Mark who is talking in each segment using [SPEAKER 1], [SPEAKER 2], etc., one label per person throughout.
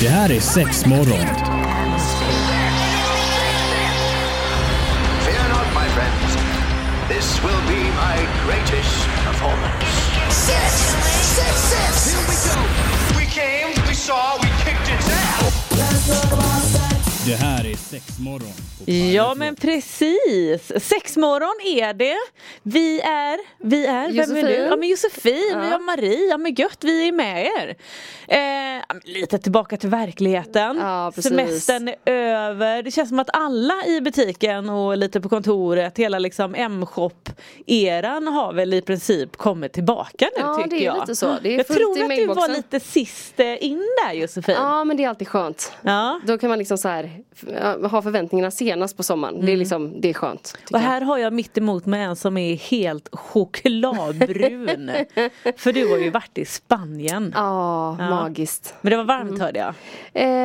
[SPEAKER 1] Det här är sex morgon.
[SPEAKER 2] Fear not, my friends. This will be my greatest performance.
[SPEAKER 3] Six, six, six. Here we go.
[SPEAKER 2] We came, we saw, we kicked its ass.
[SPEAKER 1] Det här är sex morgon. på
[SPEAKER 4] Ja
[SPEAKER 1] Pirate
[SPEAKER 4] men
[SPEAKER 1] Rock.
[SPEAKER 4] precis, sexmorgon är det. Vi är, vi är, vem är du?
[SPEAKER 5] Josefin.
[SPEAKER 4] Ja men Josefin,
[SPEAKER 5] Ja.
[SPEAKER 4] vi har Marie, ja men gött, vi är med er. Eh, ja, men lite tillbaka till verkligheten.
[SPEAKER 5] Ja, precis.
[SPEAKER 4] Semestern är över, det känns som att alla i butiken och lite på kontoret, hela liksom M-shop-eran har väl i princip kommit tillbaka nu
[SPEAKER 5] Ja,
[SPEAKER 4] tycker
[SPEAKER 5] det är
[SPEAKER 4] jag.
[SPEAKER 5] lite så. Det är
[SPEAKER 4] jag
[SPEAKER 5] fullt
[SPEAKER 4] tror
[SPEAKER 5] i
[SPEAKER 4] att du var
[SPEAKER 5] mailboxen.
[SPEAKER 4] lite sist eh, in där Josefin.
[SPEAKER 5] Ja men det är alltid skönt.
[SPEAKER 4] Ja.
[SPEAKER 5] Då kan man liksom så här, f- ja, ha förväntningarna senast på sommaren. Det är liksom, det är skönt. tycker
[SPEAKER 4] Och Mm. här har jag mitt emot mig en som är helt chokladbrun. För du har ju varit i Spanien.
[SPEAKER 5] jag. Ja, Mm.
[SPEAKER 4] Ja.
[SPEAKER 5] magiskt.
[SPEAKER 4] Men det var varmt hörde jag.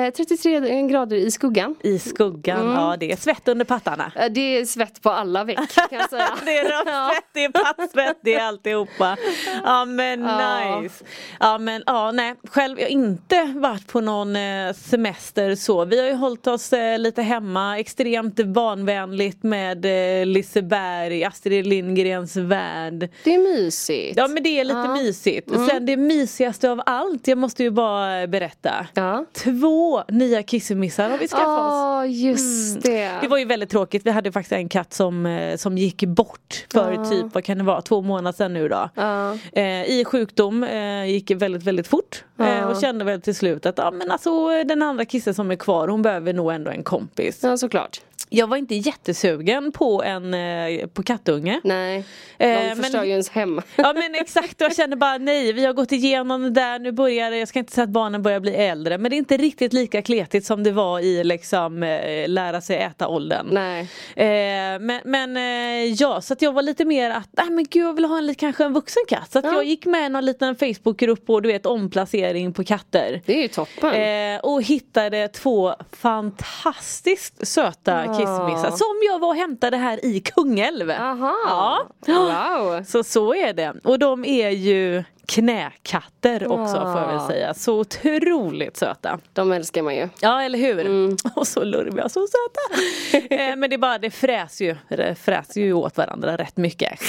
[SPEAKER 5] Eh, 33 grader i skuggan.
[SPEAKER 4] I skuggan,
[SPEAKER 5] Mm.
[SPEAKER 4] ja det är svett under pattarna.
[SPEAKER 5] Eh, Det är svett på alla veck kan jag säga.
[SPEAKER 4] Det är rövsvett, det är pattsvett, det är alltihopa. Ja men
[SPEAKER 5] Ja.
[SPEAKER 4] nice. Ja men ja, nej. Själv har jag inte varit på någon eh, semester så. Vi har ju hållit oss eh, lite hemma. Extremt vanvänligt med eh, Liseberg, Astrid Lindgrens värld.
[SPEAKER 5] Det är mysigt.
[SPEAKER 4] Ja men det är lite
[SPEAKER 5] Ja. Mm.
[SPEAKER 4] mysigt. Sen det mysigaste av allt, jag måste ju bara berätta.
[SPEAKER 5] Ja.
[SPEAKER 4] Två nya kissemissar har vi skaffat oss. Mm.
[SPEAKER 5] Ja, just det.
[SPEAKER 4] Det var ju väldigt tråkigt, vi hade faktiskt en katt som, eh, som gick bort för
[SPEAKER 5] Ja.
[SPEAKER 4] typ, vad kan det vara, två månader sedan nu då.
[SPEAKER 5] Ja.
[SPEAKER 4] Eh, I sjukdom, eh, gick väldigt väldigt fort. Eh,
[SPEAKER 5] Ja.
[SPEAKER 4] och kände väl till slut att ah, men alltså, den andra kissen som är kvar hon behöver nog ändå en kompis.
[SPEAKER 5] ja, såklart.
[SPEAKER 4] Jag var inte jättesugen på en eh, på kattunge.
[SPEAKER 5] Nej,
[SPEAKER 4] Eh,
[SPEAKER 5] de förstör
[SPEAKER 4] men-
[SPEAKER 5] ju ens hem.
[SPEAKER 4] Ja men exakt och jag känner bara nej vi har gått igenom det där nu börjar det, jag ska inte säga att barnen börjar bli äldre men det är inte riktigt lika kletigt som det var i liksom eh, lära sig äta åldern.
[SPEAKER 5] Nej.
[SPEAKER 4] Eh, men men eh, ja så att jag var lite mer att nej men gud jag vill ha en, li- kanske en vuxen katt så att
[SPEAKER 5] Ja.
[SPEAKER 4] jag gick med i någon liten Facebookgrupp och du vet omplacering på katter.
[SPEAKER 5] Det är ju toppen.
[SPEAKER 4] Eh, och hittade två fantastiskt söta
[SPEAKER 5] Ja.
[SPEAKER 4] kissmissar som jag var och hämtade här i Kungälv.
[SPEAKER 5] Aha.
[SPEAKER 4] Ja.
[SPEAKER 5] Wow.
[SPEAKER 4] Så så är det. Och de är ju knäkatter också
[SPEAKER 5] Ja.
[SPEAKER 4] får jag väl säga. Så otroligt söta.
[SPEAKER 5] De älskar man ju.
[SPEAKER 4] Ja eller hur?
[SPEAKER 5] Mm.
[SPEAKER 4] Och så lurviga, så söta. eh, men det är bara, det fräs ju, det fräs ju åt varandra rätt mycket.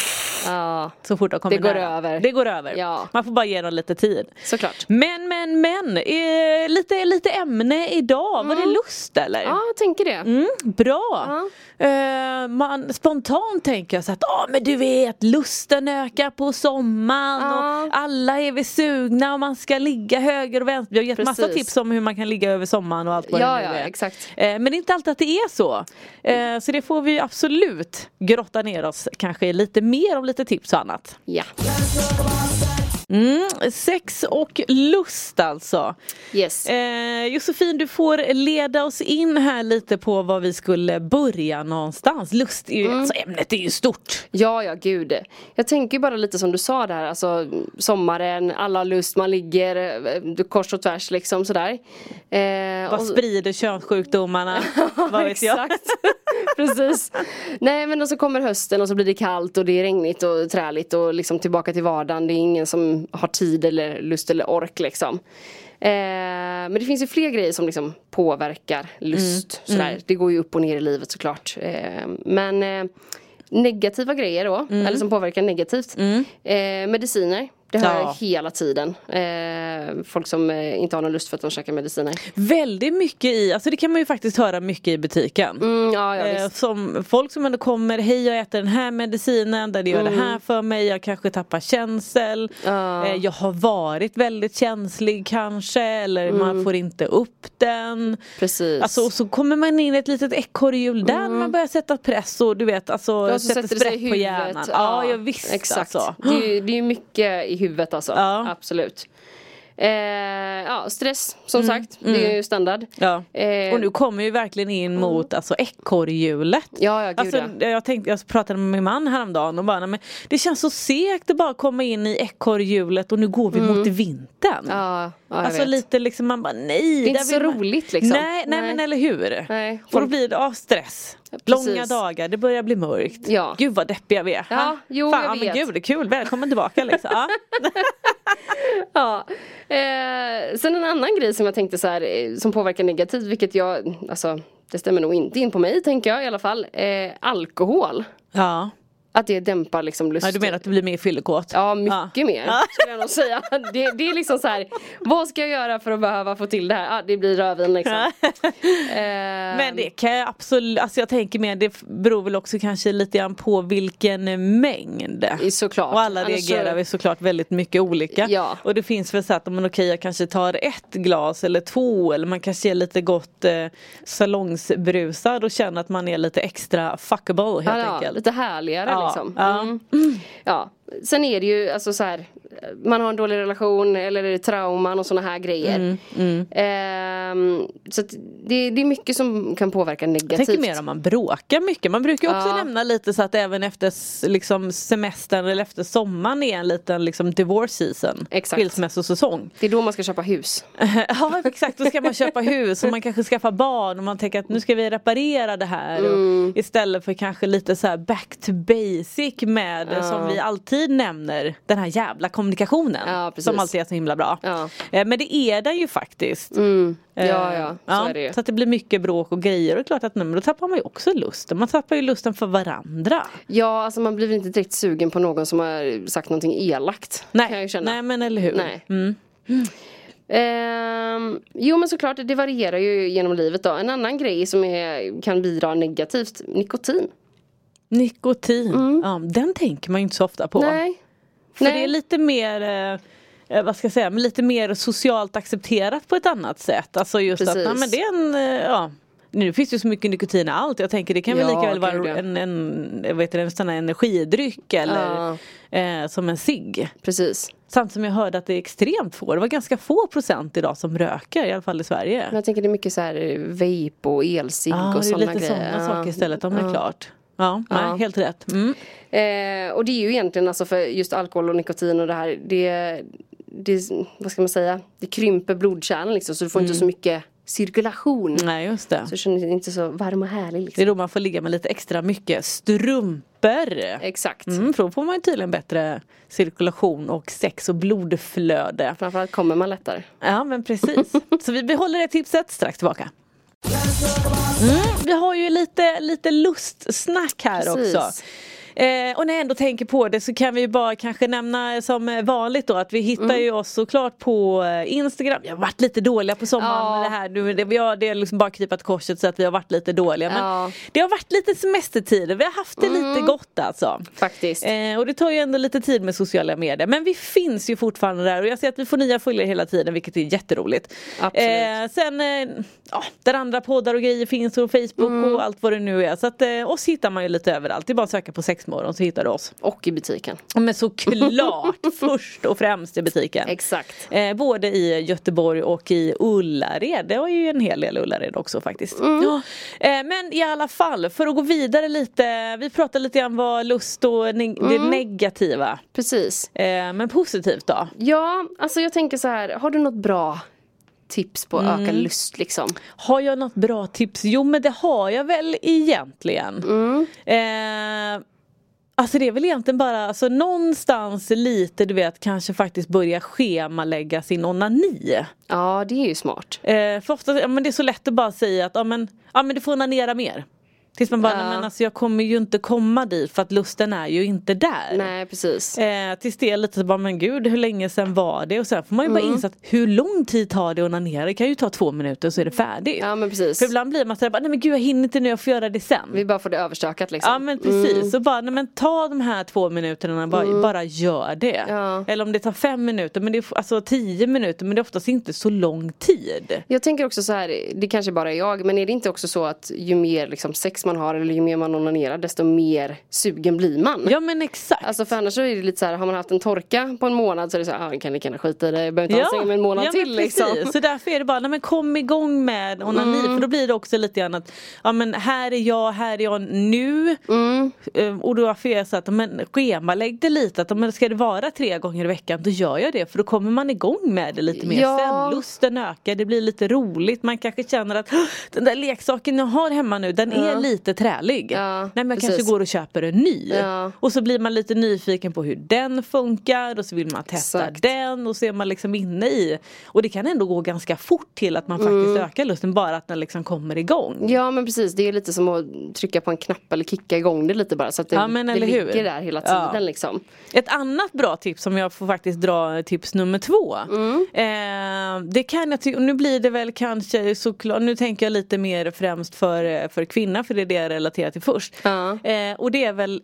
[SPEAKER 5] Ja,
[SPEAKER 4] Så fort de kommer
[SPEAKER 5] Det går
[SPEAKER 4] nära.
[SPEAKER 5] över.
[SPEAKER 4] Det går över.
[SPEAKER 5] Ja.
[SPEAKER 4] Man får bara ge dem lite tid.
[SPEAKER 5] såklart.
[SPEAKER 4] Men men men, eh, lite, lite ämne idag. Var det lust eller?
[SPEAKER 5] Mm. Ja, jag tänker det.
[SPEAKER 4] Mm, bra! Eh, man, spontant tänker jag så att ah, men du vet lusten ökar på sommaren
[SPEAKER 5] Ja.
[SPEAKER 4] och alla är vi sugna och man ska ligga höger och vänster. Vi har gett massa
[SPEAKER 5] Precis.
[SPEAKER 4] tips om hur man kan ligga över sommaren och allt vad
[SPEAKER 5] Ja,
[SPEAKER 4] det nu
[SPEAKER 5] ja,
[SPEAKER 4] är.
[SPEAKER 5] exakt.
[SPEAKER 4] Eh, men det är inte alltid att det är så. Eh, så det får vi absolut grotta ner oss kanske i lite mer om lite tips och annat.
[SPEAKER 5] Ja.
[SPEAKER 4] Mm, sex och lust alltså.
[SPEAKER 5] Yes.
[SPEAKER 4] Eh, Josefin, du får leda oss in här lite på var vi skulle börja någonstans. Lust är
[SPEAKER 5] Mm.
[SPEAKER 4] ju, alltså ämnet är ju stort.
[SPEAKER 5] Ja, ja, gud. Jag tänker ju bara lite som du sa där, alltså sommaren, alla har lust, man ligger eh, du, kors och tvärs liksom sådär. Eh,
[SPEAKER 4] Vad
[SPEAKER 5] och-
[SPEAKER 4] sprider könssjukdomarna? vad vet jag?
[SPEAKER 5] Exakt. Precis. Nej men och så kommer hösten och så blir det kallt och det är regnigt och träligt och liksom tillbaka till vardagen. Det är ingen som har tid eller lust eller ork liksom. Eh, men det finns ju fler grejer som liksom påverkar lust.
[SPEAKER 4] Mm,
[SPEAKER 5] Sådär. Det går ju upp och ner i livet såklart. Eh, men eh, negativa grejer då,
[SPEAKER 4] Mm.
[SPEAKER 5] eller som påverkar negativt. Eh, mediciner. Det hör
[SPEAKER 4] Ja.
[SPEAKER 5] jag hela tiden. Eh, folk som eh, inte har någon lust för att de käkar mediciner.
[SPEAKER 4] Väldigt mycket i, alltså det kan man ju faktiskt höra mycket i butiken.
[SPEAKER 5] Mm, ja, ja,
[SPEAKER 4] Eh,
[SPEAKER 5] visst.
[SPEAKER 4] Som folk som ändå kommer, hej jag äter den här medicinen, den gör det här för mig, jag kanske tappar känsel.
[SPEAKER 5] Mm. Ja.
[SPEAKER 4] Eh, Jag har varit väldigt känslig kanske, eller
[SPEAKER 5] Mm.
[SPEAKER 4] man får inte upp den.
[SPEAKER 5] Precis. Mm.
[SPEAKER 4] Alltså, och så kommer man in i ett litet ekorrhjul där man börjar sätta press och du vet alltså
[SPEAKER 5] Ja, så
[SPEAKER 4] sätter
[SPEAKER 5] sätter det sig i
[SPEAKER 4] sprätt på
[SPEAKER 5] huvudet.
[SPEAKER 4] hjärnan. Ja, jag visst
[SPEAKER 5] Exakt.
[SPEAKER 4] alltså.
[SPEAKER 5] Det, är, ju- det är ju mycket i huvudet alltså.
[SPEAKER 4] Ja.
[SPEAKER 5] Absolut. Eh, ja, stress som sagt. Det är ju standard.
[SPEAKER 4] Mm. Ja.
[SPEAKER 5] Eh, Mm.
[SPEAKER 4] Och nu kommer vi verkligen in mot alltså ekorrhjulet.
[SPEAKER 5] Ja, ja, gud,
[SPEAKER 4] alltså, jag, tänkte, jag pratade med min man häromdagen och bara, "Nej, men det känns så segt att bara komma in i ekorrhjulet och nu går vi mot vintern.
[SPEAKER 5] Mm. ja, ja, jag
[SPEAKER 4] Alltså
[SPEAKER 5] vet.
[SPEAKER 4] lite liksom man bara nej.
[SPEAKER 5] Det är inte
[SPEAKER 4] där
[SPEAKER 5] så
[SPEAKER 4] vill man-
[SPEAKER 5] roligt, liksom.
[SPEAKER 4] Nej, nej,
[SPEAKER 5] Nej.
[SPEAKER 4] men eller hur.
[SPEAKER 5] Nej,
[SPEAKER 4] Och då
[SPEAKER 5] folk-
[SPEAKER 4] blir det av stress. Långa dagar, det börjar bli mörkt.
[SPEAKER 5] Ja.
[SPEAKER 4] Gud vad deppiga vi är.
[SPEAKER 5] Ja,
[SPEAKER 4] Ha,
[SPEAKER 5] jo,
[SPEAKER 4] Fan
[SPEAKER 5] jag
[SPEAKER 4] men
[SPEAKER 5] vet.
[SPEAKER 4] gud, det är kul. Välkommen tillbaka liksom. Ja.
[SPEAKER 5] Ja. Eh, sen en annan grej som jag tänkte så här, eh, som påverkar negativt, vilket jag, alltså det stämmer nog inte in på mig tänker jag i alla fall. Eh, alkohol.
[SPEAKER 4] ja.
[SPEAKER 5] Att det dämpar liksom lust.
[SPEAKER 4] ja. Du menar att du blir mer fyllekåt?
[SPEAKER 5] Ja, mycket
[SPEAKER 4] Ja.
[SPEAKER 5] mer
[SPEAKER 4] Ja.
[SPEAKER 5] skulle jag nog säga. Det, det är liksom så här, vad ska jag göra för att behöva få till det här? Ah, det blir rödvin liksom. Eh,
[SPEAKER 4] Men det kan jag absolut, alltså jag tänker mer det f- beror väl också kanske lite grann på vilken mängd.
[SPEAKER 5] Såklart.
[SPEAKER 4] Och alla
[SPEAKER 5] Annars så-
[SPEAKER 4] reagerar vi såklart väldigt mycket olika.
[SPEAKER 5] Ja.
[SPEAKER 4] Och det finns väl så att men okej jag kanske tar ett glas eller två eller man kanske är lite gott eh, salongsbrusad och känner att man är lite extra fuckable helt
[SPEAKER 5] Ja, ja,
[SPEAKER 4] enkelt.
[SPEAKER 5] lite härligare
[SPEAKER 4] Ja,
[SPEAKER 5] liksom.
[SPEAKER 4] ja.
[SPEAKER 5] Mm. Ja. Sen är det ju alltså så här, man har en dålig relation eller är det trauman och sådana här grejer.
[SPEAKER 4] Mm,
[SPEAKER 5] Ehm, så att det, det är mycket som kan påverka
[SPEAKER 4] Jag
[SPEAKER 5] negativt.
[SPEAKER 4] tänker mer om man bråkar mycket. Man brukar ju också
[SPEAKER 5] Ja.
[SPEAKER 4] nämna lite så att även efter s- liksom, semestern eller efter sommaren är en liten liksom, divorce season.
[SPEAKER 5] Exakt.
[SPEAKER 4] Skilsmässosäsong.
[SPEAKER 5] Det är då man ska köpa hus.
[SPEAKER 4] ja exakt, då ska man köpa hus och man kanske skaffar barn och man tänker att nu ska vi reparera det här.
[SPEAKER 5] Mm.
[SPEAKER 4] Och istället för kanske lite så här back to basic med eh, som vi alltid nämner den här jävla kommunikationen.
[SPEAKER 5] Ja, precis.
[SPEAKER 4] som alltid är så himla bra.
[SPEAKER 5] Ja. Mm.
[SPEAKER 4] Eh, Men det är den ju faktiskt. Eh,
[SPEAKER 5] Ja, ja, så
[SPEAKER 4] Ehm,
[SPEAKER 5] är det ju.
[SPEAKER 4] Så att det blir mycket bråk och grejer och klart att nej, men då tappar man ju också lusten. Man tappar ju lusten för varandra.
[SPEAKER 5] Ja, alltså man blir väl inte direkt sugen på någon som har sagt någonting elakt. Kan jag ju
[SPEAKER 4] Nej,
[SPEAKER 5] känna.
[SPEAKER 4] nej Mm. men eller hur.
[SPEAKER 5] Nej. Ehm, jo men såklart, det varierar ju genom livet då. En annan grej som är, kan bidra negativt, nikotin.
[SPEAKER 4] Nikotin, ja, den tänker man ju inte så ofta på.
[SPEAKER 5] Mm. Nej.
[SPEAKER 4] För
[SPEAKER 5] Nej.
[SPEAKER 4] det är lite mer eh, eh, vad ska jag säga, men lite mer socialt accepterat på ett annat sätt. Alltså just
[SPEAKER 5] Precis.
[SPEAKER 4] att, nej, men det är en, eh, ja. Nu finns det ju så mycket nikotin i allt. Jag tänker det kan väl
[SPEAKER 5] Ja,
[SPEAKER 4] lika väl
[SPEAKER 5] gud,
[SPEAKER 4] vara
[SPEAKER 5] ja.
[SPEAKER 4] en, en, jag vet, inte, en sån här energidryck eller eh, som en cigg.
[SPEAKER 5] Precis.
[SPEAKER 4] Samt som jag hörde att det är extremt få, det var ganska få procent idag som röker, i alla fall i Sverige.
[SPEAKER 5] Men jag tänker det är mycket så här eh, vape och elcigg
[SPEAKER 4] Ja,
[SPEAKER 5] och
[SPEAKER 4] Ah, det är
[SPEAKER 5] sådana
[SPEAKER 4] lite
[SPEAKER 5] grejer.
[SPEAKER 4] sådana
[SPEAKER 5] Ja.
[SPEAKER 4] saker istället, om det är klart. Ja,
[SPEAKER 5] Ja.
[SPEAKER 4] Nej, helt rätt. Mm.
[SPEAKER 5] Eh, och det är ju egentligen alltså för just alkohol och nikotin och det här. Det, det vad ska man säga, det krymper blodkärlen liksom så du får inte så mycket cirkulation.
[SPEAKER 4] Mm. Nej, just det.
[SPEAKER 5] Så du känner dig inte så varm och härlig
[SPEAKER 4] Det
[SPEAKER 5] liksom.
[SPEAKER 4] är då man får ligga med lite extra mycket strumpor.
[SPEAKER 5] Exakt.
[SPEAKER 4] Mm, för då får man ju tydligen bättre cirkulation och sex och blodflöde.
[SPEAKER 5] Framförallt kommer man lättare.
[SPEAKER 4] Ja men precis. Så vi behåller det tipset strax tillbaka. Mm, vi har ju lite, lite lustsnack här
[SPEAKER 5] Precis.
[SPEAKER 4] också. Eh, och när jag ändå tänker på det så kan vi ju bara kanske nämna som vanligt då att vi hittar ju oss såklart på eh, Instagram. Vi har varit lite dåliga på sommaren
[SPEAKER 5] Ja.
[SPEAKER 4] med det här. Nu, det, vi har, det är liksom bara krypat korset så att vi har varit lite dåliga. Men
[SPEAKER 5] Ja.
[SPEAKER 4] det har varit lite semestertider. Vi har haft det lite gott alltså.
[SPEAKER 5] Faktiskt.
[SPEAKER 4] Eh, och det tar ju ändå lite tid med sociala medier. Men vi finns ju fortfarande där och jag ser att vi får nya följare hela tiden vilket är jätteroligt.
[SPEAKER 5] Absolut.
[SPEAKER 4] sen, eh, ja, där andra poddar och grejer finns och Facebook och allt vad det nu är. Så att eh, oss hittar man ju lite överallt. Det är bara att söka på sexmorgon så hittar du oss.
[SPEAKER 5] Och i butiken.
[SPEAKER 4] Men såklart först och främst i butiken.
[SPEAKER 5] Exakt.
[SPEAKER 4] Eh, både i Göteborg och i Ullared. Det var ju en hel del Ullared också faktiskt. Ja. Eh, men i alla fall, för att gå vidare lite. Vi pratade lite grann vad lust och neg- det negativa.
[SPEAKER 5] Precis.
[SPEAKER 4] Eh, men positivt då?
[SPEAKER 5] Ja, alltså jag tänker så här. Har du något bra tips på att
[SPEAKER 4] Mm.
[SPEAKER 5] öka lust liksom?
[SPEAKER 4] Har jag något bra tips? Jo men det har jag väl egentligen. Eh, Alltså det är väl egentligen bara alltså, någonstans lite du vet kanske faktiskt börja schemalägga sin onani.
[SPEAKER 5] Ja, det är ju smart.
[SPEAKER 4] Eh, för ofta, ja, men det är så lätt att bara säga att ja, men, ja, men du får onanera mer. Tills man bara,
[SPEAKER 5] Ja.
[SPEAKER 4] nej, men alltså, jag kommer ju inte komma dit för att lusten är ju inte där.
[SPEAKER 5] Nej, precis.
[SPEAKER 4] Eh, tills det är lite så bara, men gud hur länge sen var det? Och sen får man ju
[SPEAKER 5] Mm.
[SPEAKER 4] bara inse att hur lång tid tar det att onanera? Det kan ju ta två minuter så är det färdigt.
[SPEAKER 5] Mm. Ja, men precis.
[SPEAKER 4] För ibland blir man sådär, bara, nej men gud jag hinner inte nu, jag får göra det sen.
[SPEAKER 5] Vi bara får det överstökat liksom.
[SPEAKER 4] Ja men precis, så bara, nej, men ta de här två minuterna, bara, bara gör det.
[SPEAKER 5] Mm. Ja.
[SPEAKER 4] Eller om det tar fem minuter, men det är, alltså tio minuter, men det är oftast inte så lång tid.
[SPEAKER 5] Jag tänker också så här, det kanske bara är jag, men är det inte också så att ju mer liksom, sex man har eller ju mer man onanerar desto mer sugen blir man?
[SPEAKER 4] Ja men exakt.
[SPEAKER 5] Alltså för annars så är det lite så här, har man haft en torka på en månad så är det så här, ah, jag kan lika gärna skita i det, jag behöver inte anstränga mig en månad
[SPEAKER 4] ja, men
[SPEAKER 5] till liksom. Mm.
[SPEAKER 4] precis. Så därför är det bara, nej men kom igång med onani. För då blir det också lite grann att, ja men här är jag, här är jag nu.
[SPEAKER 5] Mm.
[SPEAKER 4] Eh, Och då är jag så att, men schemalägg det lite. Att, men ska det vara tre gånger i veckan då gör jag det. För då kommer man igång med det lite mer
[SPEAKER 5] Ja.
[SPEAKER 4] sen. Lusten ökar, det blir lite roligt. Man kanske känner att "Åh, den där leksaken jag har hemma nu den är lite trälig.
[SPEAKER 5] Ja,
[SPEAKER 4] Nej men jag
[SPEAKER 5] precis.
[SPEAKER 4] kanske går och köper en ny.
[SPEAKER 5] Ja.
[SPEAKER 4] Och så blir man lite nyfiken på hur den funkar och så vill man testa
[SPEAKER 5] Exakt.
[SPEAKER 4] den och så är man liksom inne i. Och det kan ändå gå ganska fort till att man faktiskt ökar lusten bara att den liksom kommer igång.
[SPEAKER 5] Ja men precis, det är lite som att trycka på en knapp eller kicka igång det lite bara så att det,
[SPEAKER 4] Ja, men
[SPEAKER 5] det
[SPEAKER 4] eller hur?
[SPEAKER 5] ligger där hela
[SPEAKER 4] Ja.
[SPEAKER 5] tiden liksom.
[SPEAKER 4] Ett annat bra tips som jag får faktiskt dra tips nummer två. Eh, det kan jag ty- och nu blir det väl kanske såklart, nu tänker jag lite mer främst för, eh, för kvinna för det är det jag relaterar till först.
[SPEAKER 5] Ja.
[SPEAKER 4] Eh, och det är väl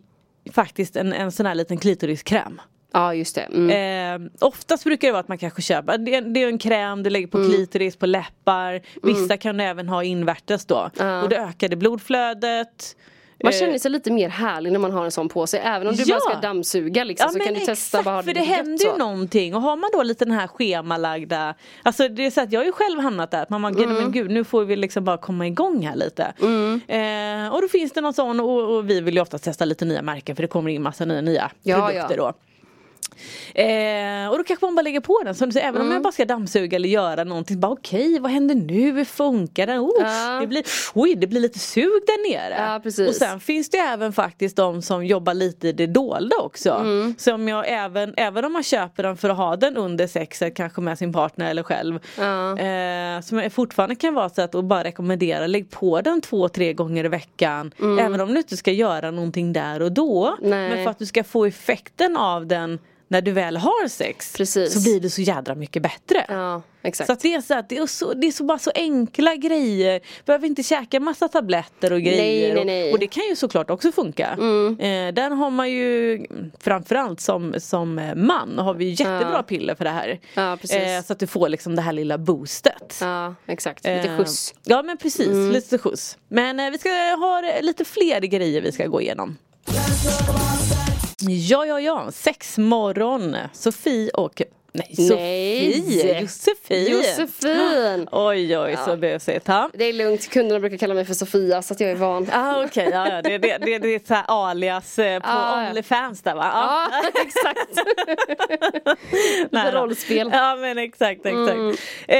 [SPEAKER 4] faktiskt en, en sån här liten klitoriskräm.
[SPEAKER 5] Ja just det. Mm.
[SPEAKER 4] Eh, oftast brukar det vara att man kanske köper, det, är- det är en kräm du lägger på
[SPEAKER 5] Mm.
[SPEAKER 4] klitoris, på läppar. Vissa kan du även ha invärtes då.
[SPEAKER 5] Ja.
[SPEAKER 4] Och det ökar det blodflödet.
[SPEAKER 5] Man
[SPEAKER 4] eh,
[SPEAKER 5] känner sig lite mer härlig när man har en sån på sig. Även om du
[SPEAKER 4] Ja.
[SPEAKER 5] bara ska dammsuga liksom, så kan du testa vad har
[SPEAKER 4] för
[SPEAKER 5] du
[SPEAKER 4] det
[SPEAKER 5] gött
[SPEAKER 4] händer ju
[SPEAKER 5] så.
[SPEAKER 4] någonting och har man då lite den här schemalagda Alltså det är så att jag har ju själv hamnat där att man bara, gud,
[SPEAKER 5] Mm.
[SPEAKER 4] men gud nu får vi liksom bara komma igång här lite eh, Och då finns det någon sån och, och vi vill ju oftast testa lite nya märken för det kommer in massa nya, nya
[SPEAKER 5] Ja,
[SPEAKER 4] produkter
[SPEAKER 5] ja.
[SPEAKER 4] då Eh, och då kanske man bara lägger på den som du säger, även om
[SPEAKER 5] Mm.
[SPEAKER 4] jag bara ska dammsuga eller göra någonting. Bara okej, vad händer nu? Hur funkar den? Oh,
[SPEAKER 5] Ja.
[SPEAKER 4] det blir, oj, det blir lite sug där nere.
[SPEAKER 5] Ja, precis.
[SPEAKER 4] Och sen finns det även faktiskt de som jobbar lite i det dolda också.
[SPEAKER 5] Mm.
[SPEAKER 4] Som jag även, även om man köper den för att ha den under sexet, kanske med sin partner eller själv.
[SPEAKER 5] Ja.
[SPEAKER 4] Eh, som jag fortfarande kan vara så att och bara rekommendera, lägg på den två, tre gånger i veckan. Även om du inte ska göra någonting där och då.
[SPEAKER 5] Mm. Nej.
[SPEAKER 4] Men för att du ska få effekten av den när du väl har sex.
[SPEAKER 5] Precis.
[SPEAKER 4] Så blir det så jädra mycket bättre.
[SPEAKER 5] Ja, exakt.
[SPEAKER 4] Så att det är så att det är, så, det är så bara så enkla grejer. Behöver inte käka massa tabletter och grejer.
[SPEAKER 5] nej, nej. Mm.
[SPEAKER 4] Och, och det kan ju såklart också funka. Eh, där har man ju framförallt som, som man har vi ju jättebra
[SPEAKER 5] Ja.
[SPEAKER 4] piller för det här. Eh,
[SPEAKER 5] Ja, precis.
[SPEAKER 4] så att du får liksom det här lilla boostet.
[SPEAKER 5] Ja, exakt. Lite
[SPEAKER 4] Eh,
[SPEAKER 5] skjuts.
[SPEAKER 4] Ja men precis,
[SPEAKER 5] mm.
[SPEAKER 4] lite skjuts. Men eh, vi ska ha eh, lite fler grejer vi ska gå igenom. Ja, ja, ja. Sexmorgon. Sofie och... Nej,
[SPEAKER 5] Nej.
[SPEAKER 4] Sofie! Josefin!
[SPEAKER 5] Josefin!
[SPEAKER 4] Oj, oj, så
[SPEAKER 5] Ja.
[SPEAKER 4] busigt. Ha?
[SPEAKER 5] Det är lugnt, kunderna brukar kalla mig för Sofia så att jag är van.
[SPEAKER 4] Ah, Okej, ja, ja. det, det, det, det är ett så här alias eh, på
[SPEAKER 5] Ah, ja. Ah.
[SPEAKER 4] Onlyfans där va? Ja.
[SPEAKER 5] Ja, exakt.
[SPEAKER 4] Nära.
[SPEAKER 5] rollspel. Mm.
[SPEAKER 4] Ja men exakt, exakt. Eh,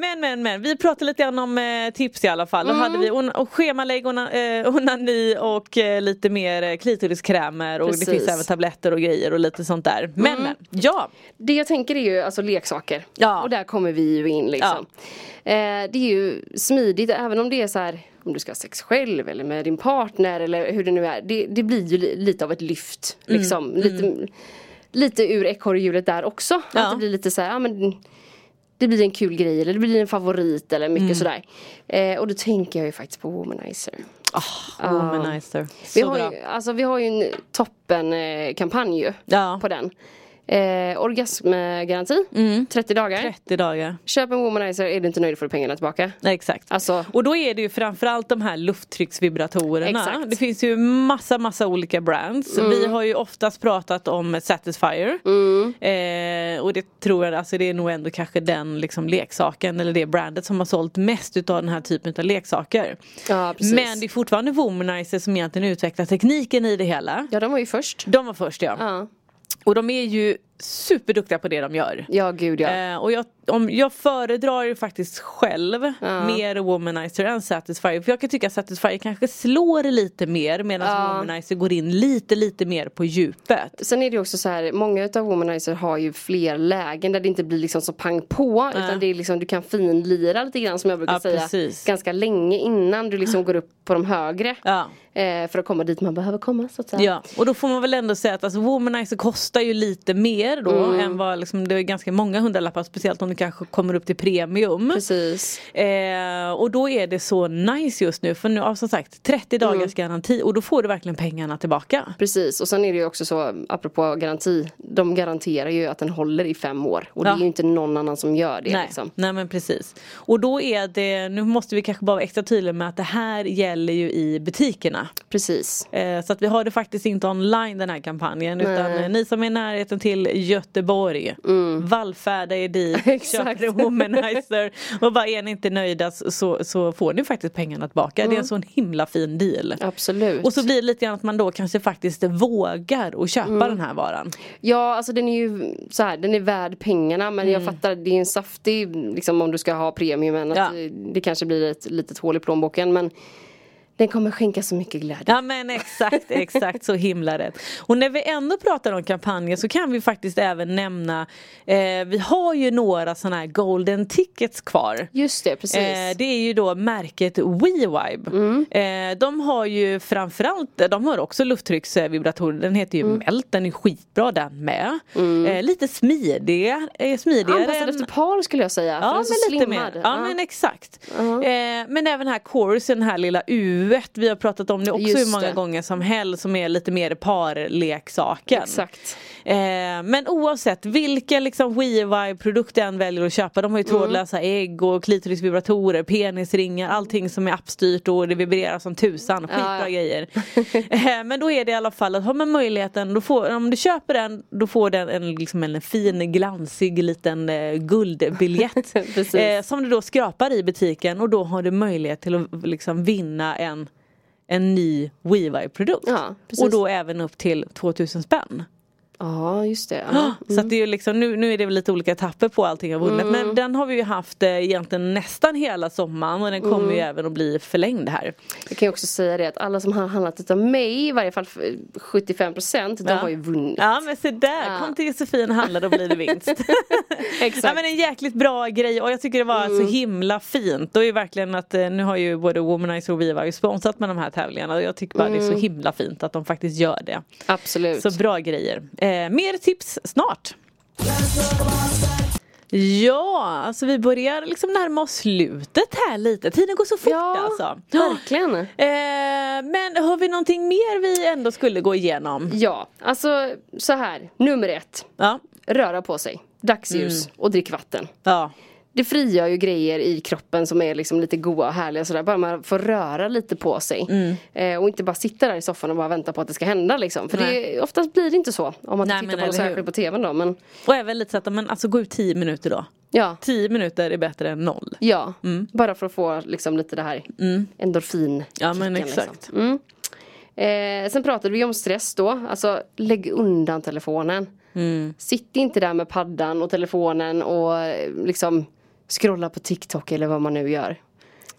[SPEAKER 4] men men men, vi pratade lite grann om eh, tips i alla fall. Då hade
[SPEAKER 5] Mm.
[SPEAKER 4] vi on- och schemalägg, ona- eh, onani och eh, lite mer eh, klitoriskrämer och det
[SPEAKER 5] Precis. Mm.
[SPEAKER 4] finns även tabletter och grejer och lite sånt där. Men men, ja.
[SPEAKER 5] Det jag tänker är ju alltså leksaker.
[SPEAKER 4] Ja.
[SPEAKER 5] Och där kommer vi ju in liksom. Eh, det är ju smidigt även om det är så här om du ska ha sex själv eller med din partner eller hur det nu är. Det, det blir ju li, lite av ett lyft.
[SPEAKER 4] Mm.
[SPEAKER 5] Liksom. Lite, lite ur ekorrhjulet där också.
[SPEAKER 4] Ja.
[SPEAKER 5] Att det blir lite så här, ja men det blir en kul grej eller det blir en favorit eller
[SPEAKER 4] Mm.
[SPEAKER 5] mycket sådär. Eh, och då tänker jag ju faktiskt på Womanizer.
[SPEAKER 4] Oh, womanizer.
[SPEAKER 5] Ah. Vi
[SPEAKER 4] Så
[SPEAKER 5] har,
[SPEAKER 4] bra.
[SPEAKER 5] ju, alltså, vi har ju en toppen eh, kampanj ju
[SPEAKER 4] Ja.
[SPEAKER 5] på den. Eh, orgasmgaranti,
[SPEAKER 4] Mm.
[SPEAKER 5] 30 dagar.
[SPEAKER 4] 30 dagar.
[SPEAKER 5] Köp en womanizer, är du inte nöjd får du pengarna tillbaka.
[SPEAKER 4] Nej, exakt.
[SPEAKER 5] Alltså-
[SPEAKER 4] och då är det ju framförallt de här lufttrycksvibratorerna.
[SPEAKER 5] Exakt. Mm.
[SPEAKER 4] Det finns ju massa massa olika brands. Vi har ju oftast pratat om Satisfyer. Eh, och det tror jag, alltså det är nog ändå kanske den liksom leksaken eller det brandet som har sålt mest utav den här typen av leksaker.
[SPEAKER 5] Ja, precis.
[SPEAKER 4] Men det är fortfarande Womanizer som egentligen utvecklar tekniken i det hela.
[SPEAKER 5] Ja, de var ju först.
[SPEAKER 4] De var först ja.
[SPEAKER 5] Ja,
[SPEAKER 4] Och de är ju superduktiga på det de gör.
[SPEAKER 5] ja gud ja.
[SPEAKER 4] Eh, och jag, om, jag föredrar ju faktiskt själv
[SPEAKER 5] Ja.
[SPEAKER 4] mer Womanizer än Satisfyer. För jag kan tycka att Satisfyer kanske slår lite mer medan
[SPEAKER 5] Ja.
[SPEAKER 4] Womanizer går in lite lite mer på djupet.
[SPEAKER 5] Sen är det ju också så här, många utav womanizer har ju fler lägen där det inte blir liksom så pang på. Utan det är liksom, du kan finlira lite grann som jag brukar
[SPEAKER 4] Ja,
[SPEAKER 5] säga.
[SPEAKER 4] precis.
[SPEAKER 5] Ganska länge innan du liksom går upp på de högre.
[SPEAKER 4] Ja.
[SPEAKER 5] Eh, för att komma dit man behöver komma så att säga.
[SPEAKER 4] Ja, och då får man väl ändå säga att alltså, Womanizer kostar ju lite mer då
[SPEAKER 5] Mm.
[SPEAKER 4] än vad liksom, det är ganska många hundralappar speciellt om du kanske kommer upp till premium.
[SPEAKER 5] Precis.
[SPEAKER 4] Eh, och då är det så nice just nu för nu har som sagt 30 dagars
[SPEAKER 5] Mm.
[SPEAKER 4] garanti och då får du verkligen pengarna tillbaka.
[SPEAKER 5] Precis, och sen är det ju också så, apropå garanti, de garanterar ju att den håller i fem år. Och
[SPEAKER 4] Ja.
[SPEAKER 5] det är ju inte någon annan som gör det.
[SPEAKER 4] Nej.
[SPEAKER 5] Liksom.
[SPEAKER 4] Nej men precis. Och då är det, nu måste vi kanske bara vara extra tydliga med att det här gäller ju i butikerna.
[SPEAKER 5] Precis.
[SPEAKER 4] Eh, så att vi har det faktiskt inte online den här kampanjen utan eh, ni som är i närheten till Göteborg, vallfärda er dit,
[SPEAKER 5] Mm. Exakt.
[SPEAKER 4] köp en womanizer och bara är ni inte nöjda så, så får ni faktiskt pengarna tillbaka. Det är en sån himla fin deal.
[SPEAKER 5] Mm. Absolut.
[SPEAKER 4] Och så blir det lite grann att man då kanske faktiskt vågar att köpa
[SPEAKER 5] Mm.
[SPEAKER 4] den här varan.
[SPEAKER 5] Ja, alltså den är ju så här, den är värd pengarna men
[SPEAKER 4] Mm.
[SPEAKER 5] jag fattar, det är en saftig liksom om du ska ha premiumen att
[SPEAKER 4] Ja.
[SPEAKER 5] eh, det kanske blir ett litet hål i plånboken men Den kommer skänka så mycket glädje.
[SPEAKER 4] Ja men exakt, exakt så himla rätt. Och när vi ändå pratar om kampanjer så kan vi faktiskt även nämna eh, Vi har ju några sådana här golden tickets kvar.
[SPEAKER 5] Just det, precis.
[SPEAKER 4] Eh, det är ju då märket WeVibe.
[SPEAKER 5] Mm.
[SPEAKER 4] Eh, de har ju framförallt, de har också lufttrycksvibratorer. Den heter
[SPEAKER 5] Mm.
[SPEAKER 4] ju Melt, den är skitbra den med. Eh, lite smidig, eh, smidigare.
[SPEAKER 5] Anpassad
[SPEAKER 4] än-
[SPEAKER 5] efter par skulle jag säga.
[SPEAKER 4] Ja
[SPEAKER 5] för den är
[SPEAKER 4] men
[SPEAKER 5] så
[SPEAKER 4] lite
[SPEAKER 5] slimmad. Uh-huh.
[SPEAKER 4] mer. Ja, men exakt. Eh, men även här Chorus, den här lilla uet. Vi har pratat om det också
[SPEAKER 5] Just
[SPEAKER 4] hur många
[SPEAKER 5] det.
[SPEAKER 4] gånger som helst som är lite mer parleksaken.
[SPEAKER 5] Exakt.
[SPEAKER 4] Eh, men oavsett vilken liksom WeVibe-produkt den väljer att köpa. De har ju
[SPEAKER 5] Mm.
[SPEAKER 4] trådlösa ägg och klitorisvibratorer, penisringar, allting som är appstyrt och det vibrerar som tusan. Skitbra
[SPEAKER 5] Ja, ja.
[SPEAKER 4] grejer. Eh, men då är det i alla fall att har man möjligheten, då får, om du köper den då får den en, liksom en fin glansig liten eh, guldbiljett.
[SPEAKER 5] Precis.
[SPEAKER 4] eh, som du då skrapar i butiken och då har du möjlighet till att liksom, vinna en en ny WeVibe-produkt.
[SPEAKER 5] Ja, precis.
[SPEAKER 4] och då även upp till 2000 spänn.
[SPEAKER 5] Ja, just det. Ja.
[SPEAKER 4] Så att det är ju liksom, nu, nu är det väl lite olika etapper på allting jag vunnit.
[SPEAKER 5] Mm.
[SPEAKER 4] Men den har vi ju haft eh, egentligen nästan hela sommaren och den kommer
[SPEAKER 5] Mm.
[SPEAKER 4] ju även att bli förlängd här.
[SPEAKER 5] Jag kan ju också säga det att alla som har handlat utav mig, i varje fall f- 75% de
[SPEAKER 4] Ja.
[SPEAKER 5] har ju vunnit.
[SPEAKER 4] Ja men se där,
[SPEAKER 5] Ja.
[SPEAKER 4] kom till Josefin och handla då blir det vinst.
[SPEAKER 5] Exakt. Mm.
[SPEAKER 4] ja, men en jäkligt bra grej och jag tycker det var så himla fint. Och ju verkligen att eh, nu har ju både Womanizer och Viva ju sponsrat med de här tävlingarna och jag tycker bara det är
[SPEAKER 5] Mm.
[SPEAKER 4] så himla fint att de faktiskt gör det.
[SPEAKER 5] Absolut.
[SPEAKER 4] Så bra grejer. Eh, mer tips snart. Ja, alltså vi börjar liksom närma oss slutet här lite. Tiden går så fort
[SPEAKER 5] ja,
[SPEAKER 4] alltså.
[SPEAKER 5] verkligen.
[SPEAKER 4] Eh, men har vi någonting mer vi ändå skulle gå igenom?
[SPEAKER 5] Ja, alltså så här. Nummer ett.
[SPEAKER 4] Ja.
[SPEAKER 5] Röra på sig. Dagsljus
[SPEAKER 4] Mm.
[SPEAKER 5] och drick vatten.
[SPEAKER 4] ja.
[SPEAKER 5] Det frigör ju grejer i kroppen som är liksom lite goa och härliga sådär. Bara man får röra lite på sig.
[SPEAKER 4] Mm.
[SPEAKER 5] Eh, och inte bara sitta där i soffan och bara vänta på att det ska hända liksom. För det, oftast blir det inte så. Om man
[SPEAKER 4] Nej,
[SPEAKER 5] tittar
[SPEAKER 4] men
[SPEAKER 5] på det
[SPEAKER 4] eller hur?
[SPEAKER 5] särskilt på tvn då. Men
[SPEAKER 4] Och även lite så att men, alltså, gå ut 10 minuter då.
[SPEAKER 5] ja.
[SPEAKER 4] 10 minuter är bättre än noll.
[SPEAKER 5] Ja,
[SPEAKER 4] Mm.
[SPEAKER 5] bara för att få liksom lite det här endorfin
[SPEAKER 4] Ja, men exakt.
[SPEAKER 5] Liksom. Mm. Eh, sen pratade vi om stress då, alltså lägg undan telefonen.
[SPEAKER 4] Mm.
[SPEAKER 5] Sitt inte där med paddan och telefonen och eh, liksom scrolla på TikTok eller vad man nu gör.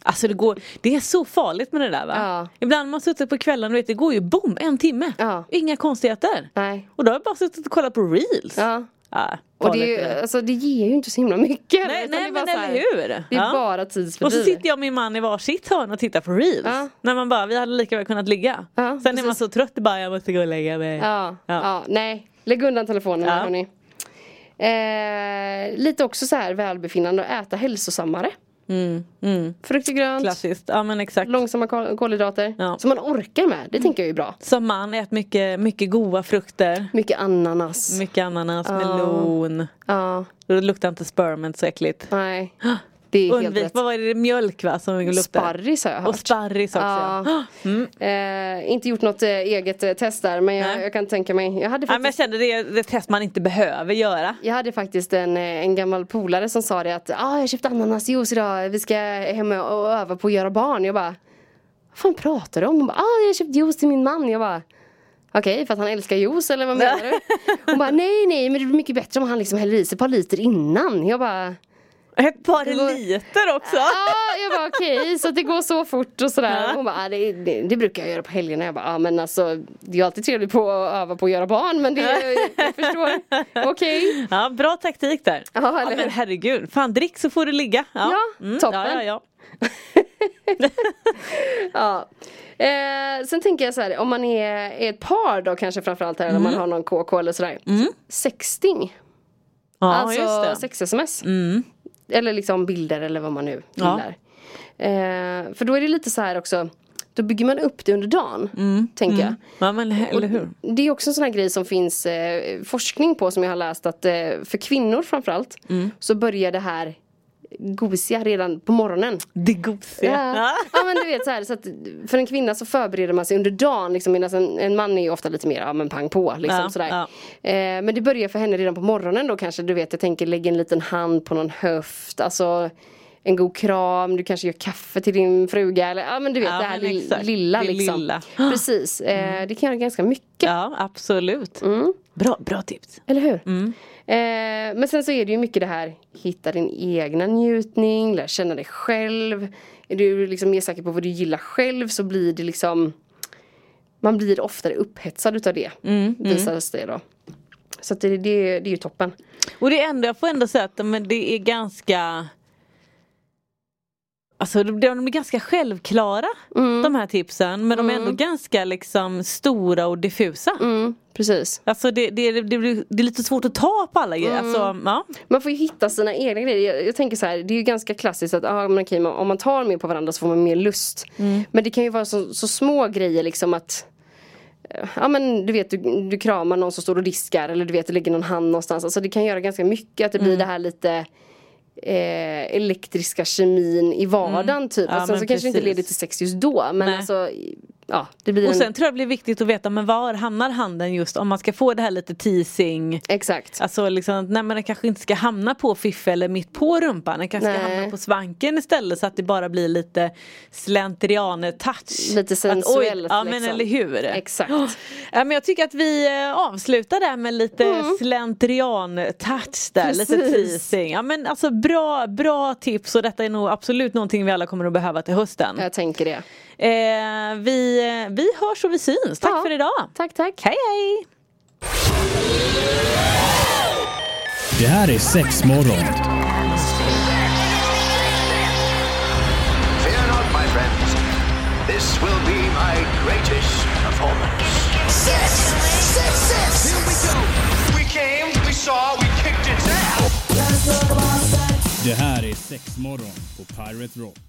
[SPEAKER 4] Alltså det, går, det är så farligt med det där va?
[SPEAKER 5] Ja.
[SPEAKER 4] Ibland när man suttit på kvällen och vet, det går ju bom, en timme.
[SPEAKER 5] Ja.
[SPEAKER 4] Inga konstigheter.
[SPEAKER 5] Nej.
[SPEAKER 4] Och då har jag bara suttit och kollat på reels.
[SPEAKER 5] Ja.
[SPEAKER 4] Ja,
[SPEAKER 5] Och det,
[SPEAKER 4] farligt
[SPEAKER 5] är
[SPEAKER 4] det där.
[SPEAKER 5] ju, alltså, det ger ju inte så himla mycket.
[SPEAKER 4] Nej,
[SPEAKER 5] utan det
[SPEAKER 4] nej
[SPEAKER 5] är bara
[SPEAKER 4] men
[SPEAKER 5] så här,
[SPEAKER 4] eller hur!
[SPEAKER 5] Det är
[SPEAKER 4] Ja.
[SPEAKER 5] bara
[SPEAKER 4] och
[SPEAKER 5] tidsfördriv.
[SPEAKER 4] så sitter jag och min man i varsitt hörn och tittar på reels.
[SPEAKER 5] Ja.
[SPEAKER 4] När man bara, vi hade lika väl kunnat ligga.
[SPEAKER 5] Ja,
[SPEAKER 4] Sen är
[SPEAKER 5] precis.
[SPEAKER 4] man så trött bara, jag måste gå och lägga mig.
[SPEAKER 5] Ja,
[SPEAKER 4] Ja.
[SPEAKER 5] ja. nej. Lägg undan telefonen
[SPEAKER 4] Ja.
[SPEAKER 5] hörni. Eh, lite också så här välbefinnande och äta hälsosammare. Frukt och grönt,
[SPEAKER 4] Mm, Klassiskt, ja men exakt.
[SPEAKER 5] långsamma kol- kolhydrater.
[SPEAKER 4] Ja.
[SPEAKER 5] Som man orkar med, det tänker jag är bra.
[SPEAKER 4] Som man, ät mycket, mycket goda frukter.
[SPEAKER 5] Mycket ananas.
[SPEAKER 4] Mycket ananas, melon.
[SPEAKER 5] ja,
[SPEAKER 4] Då luktar inte spermen så äckligt.
[SPEAKER 5] nej. Det är
[SPEAKER 4] Undvik,
[SPEAKER 5] helt
[SPEAKER 4] vad
[SPEAKER 5] rätt.
[SPEAKER 4] var det, mjölk va? Som luktar.
[SPEAKER 5] Sparris har jag hört.
[SPEAKER 4] Och sparris också.
[SPEAKER 5] Ja.
[SPEAKER 4] Ja.
[SPEAKER 5] Eh, inte gjort något eh, eget eh, test där men jag,
[SPEAKER 4] Nej.
[SPEAKER 5] jag kan tänka mig.
[SPEAKER 4] Ja,
[SPEAKER 5] Jag hade
[SPEAKER 4] men jag
[SPEAKER 5] faktiskt,
[SPEAKER 4] kände det är ett test man inte behöver göra.
[SPEAKER 5] jag hade faktiskt en, eh, en gammal polare som sa det att ah, jag köpte ananasjuice idag, vi ska hem och och öva på att göra barn. Jag bara vad fan pratar du om? Hon bara, ah, jag har köpt juice till min man. Jag bara, okej, för att han älskar juice eller vad menar du? Hon bara, nej, nej, men det blir mycket bättre om han liksom häller i sig ett par liter innan. Jag bara,
[SPEAKER 4] Ett par
[SPEAKER 5] går-
[SPEAKER 4] liter också.
[SPEAKER 5] ah, jag bara okej, så att det går så fort och sådär.
[SPEAKER 4] Ja.
[SPEAKER 5] Hon bara, ah, det, det, det brukar jag göra på helgerna. Jag bara, ah, men alltså, det är ju alltid trevligt på att öva på att göra barn, men det, jag, jag förstår. Okej.
[SPEAKER 4] Ja, bra taktik där.
[SPEAKER 5] Ja,
[SPEAKER 4] Ja,
[SPEAKER 5] eller
[SPEAKER 4] men
[SPEAKER 5] hur?
[SPEAKER 4] herregud, fan drick så får du ligga.
[SPEAKER 5] Ja, toppen.
[SPEAKER 4] Ja, ja, ja.
[SPEAKER 5] Ja. Eh, sen tänker jag så här, om man är, är ett par då kanske framförallt här,
[SPEAKER 4] Mm.
[SPEAKER 5] eller man har någon KK eller sådär. Sexting.
[SPEAKER 4] ja
[SPEAKER 5] alltså
[SPEAKER 4] just det. Mm.
[SPEAKER 5] sex-sms. Eller liksom bilder eller vad man nu
[SPEAKER 4] Ja.
[SPEAKER 5] gillar. Eh, för då är det lite så här också, då bygger man upp det under dagen,
[SPEAKER 4] Mm.
[SPEAKER 5] tänker jag.
[SPEAKER 4] Ja, men eller hur.
[SPEAKER 5] Det är också en sån här grej som finns eh, forskning på som jag har läst att eh, för kvinnor framförallt
[SPEAKER 4] Mm.
[SPEAKER 5] så börjar det här gosiga redan på morgonen.
[SPEAKER 4] Det gosiga.
[SPEAKER 5] Ja.
[SPEAKER 4] Ja.
[SPEAKER 5] ja men du vet så här, så att för en kvinna så förbereder man sig under dagen liksom, medan en, en man är ju ofta lite mer ja men pang på liksom
[SPEAKER 4] Ja,
[SPEAKER 5] sådär.
[SPEAKER 4] ja.
[SPEAKER 5] Eh, men det börjar för henne redan på morgonen då kanske du vet jag tänker lägga en liten hand på någon höft alltså en god kram, du kanske gör kaffe till din fruga eller ja men du vet
[SPEAKER 4] Ja,
[SPEAKER 5] det här
[SPEAKER 4] men
[SPEAKER 5] lill-
[SPEAKER 4] exakt.
[SPEAKER 5] lilla
[SPEAKER 4] Det
[SPEAKER 5] liksom.
[SPEAKER 4] lilla. Mm.
[SPEAKER 5] Precis, eh, det kan göra ganska mycket.
[SPEAKER 4] ja, absolut. Bra, bra tips.
[SPEAKER 5] Eller hur? Eh, men sen så är det ju mycket det här hitta din egna njutning, lär känna dig själv. Är du liksom mer säker på vad du gillar själv så blir det liksom Man blir oftare upphetsad utav det mm, visades det då. Så att det, det, det är ju toppen.
[SPEAKER 4] Och det ändå, jag får ändå säga att men det är ganska Alltså de, de är ganska självklara
[SPEAKER 5] Mm.
[SPEAKER 4] de här tipsen men de är ändå ganska liksom stora och diffusa.
[SPEAKER 5] Mm, precis.
[SPEAKER 4] Alltså det, det, det, blir- det är lite svårt att ta på alla grejer. Alltså, ja.
[SPEAKER 5] Man får ju hitta sina egna grejer. Jag, jag tänker så här, det är ju ganska klassiskt att ah, men okej, man- om man tar mer på varandra så får man mer lust.
[SPEAKER 4] Mm.
[SPEAKER 5] Men det kan ju vara så, så små grejer liksom att eh, Ja men du vet du, du kramar någon som står och diskar eller du vet det ligger någon hand någonstans. Alltså det kan göra ganska mycket att det
[SPEAKER 4] Mm.
[SPEAKER 5] blir det här lite eh, elektriska kemin i vardagen
[SPEAKER 4] Mm.
[SPEAKER 5] typ.
[SPEAKER 4] Ja,
[SPEAKER 5] och sen
[SPEAKER 4] men
[SPEAKER 5] så kanske det inte
[SPEAKER 4] precis.
[SPEAKER 5] leder till sex just då men
[SPEAKER 4] Nej.
[SPEAKER 5] alltså ja det blir
[SPEAKER 4] Och
[SPEAKER 5] en,
[SPEAKER 4] sen tror jag det blir viktigt att veta men var hamnar handen just om man ska få det här lite teasing
[SPEAKER 5] Exakt.
[SPEAKER 4] Alltså liksom, nej men den kanske inte ska hamna på fiffel eller mitt på rumpan. Den kanske ska
[SPEAKER 5] Nej.
[SPEAKER 4] hamna på svanken istället så att det bara blir lite slentriane-touch.
[SPEAKER 5] Lite sensuellt,
[SPEAKER 4] Ja men
[SPEAKER 5] liksom.
[SPEAKER 4] eller hur.
[SPEAKER 5] Exakt.
[SPEAKER 4] Ja, Ja, men jag tycker att vi eh, avslutar där med lite slentrian-touch där. Lite
[SPEAKER 5] Mm. Precis.
[SPEAKER 4] teasing. Ja men alltså bra, bra tips och detta är nog absolut någonting vi alla kommer att behöva till hösten.
[SPEAKER 5] Jag tänker det.
[SPEAKER 4] Eh, vi, eh, vi hörs och vi syns. Tack
[SPEAKER 5] Ja.
[SPEAKER 4] för idag.
[SPEAKER 5] Tack tack.
[SPEAKER 4] Hej hej!
[SPEAKER 1] Det här är sex morgon.
[SPEAKER 2] Fear not, my friends. This will be my greatest performance.
[SPEAKER 3] Six, six, six. Here we go.
[SPEAKER 2] We came, we saw, we kicked its ass.
[SPEAKER 1] Det här är sex morgon på Pirate Rock.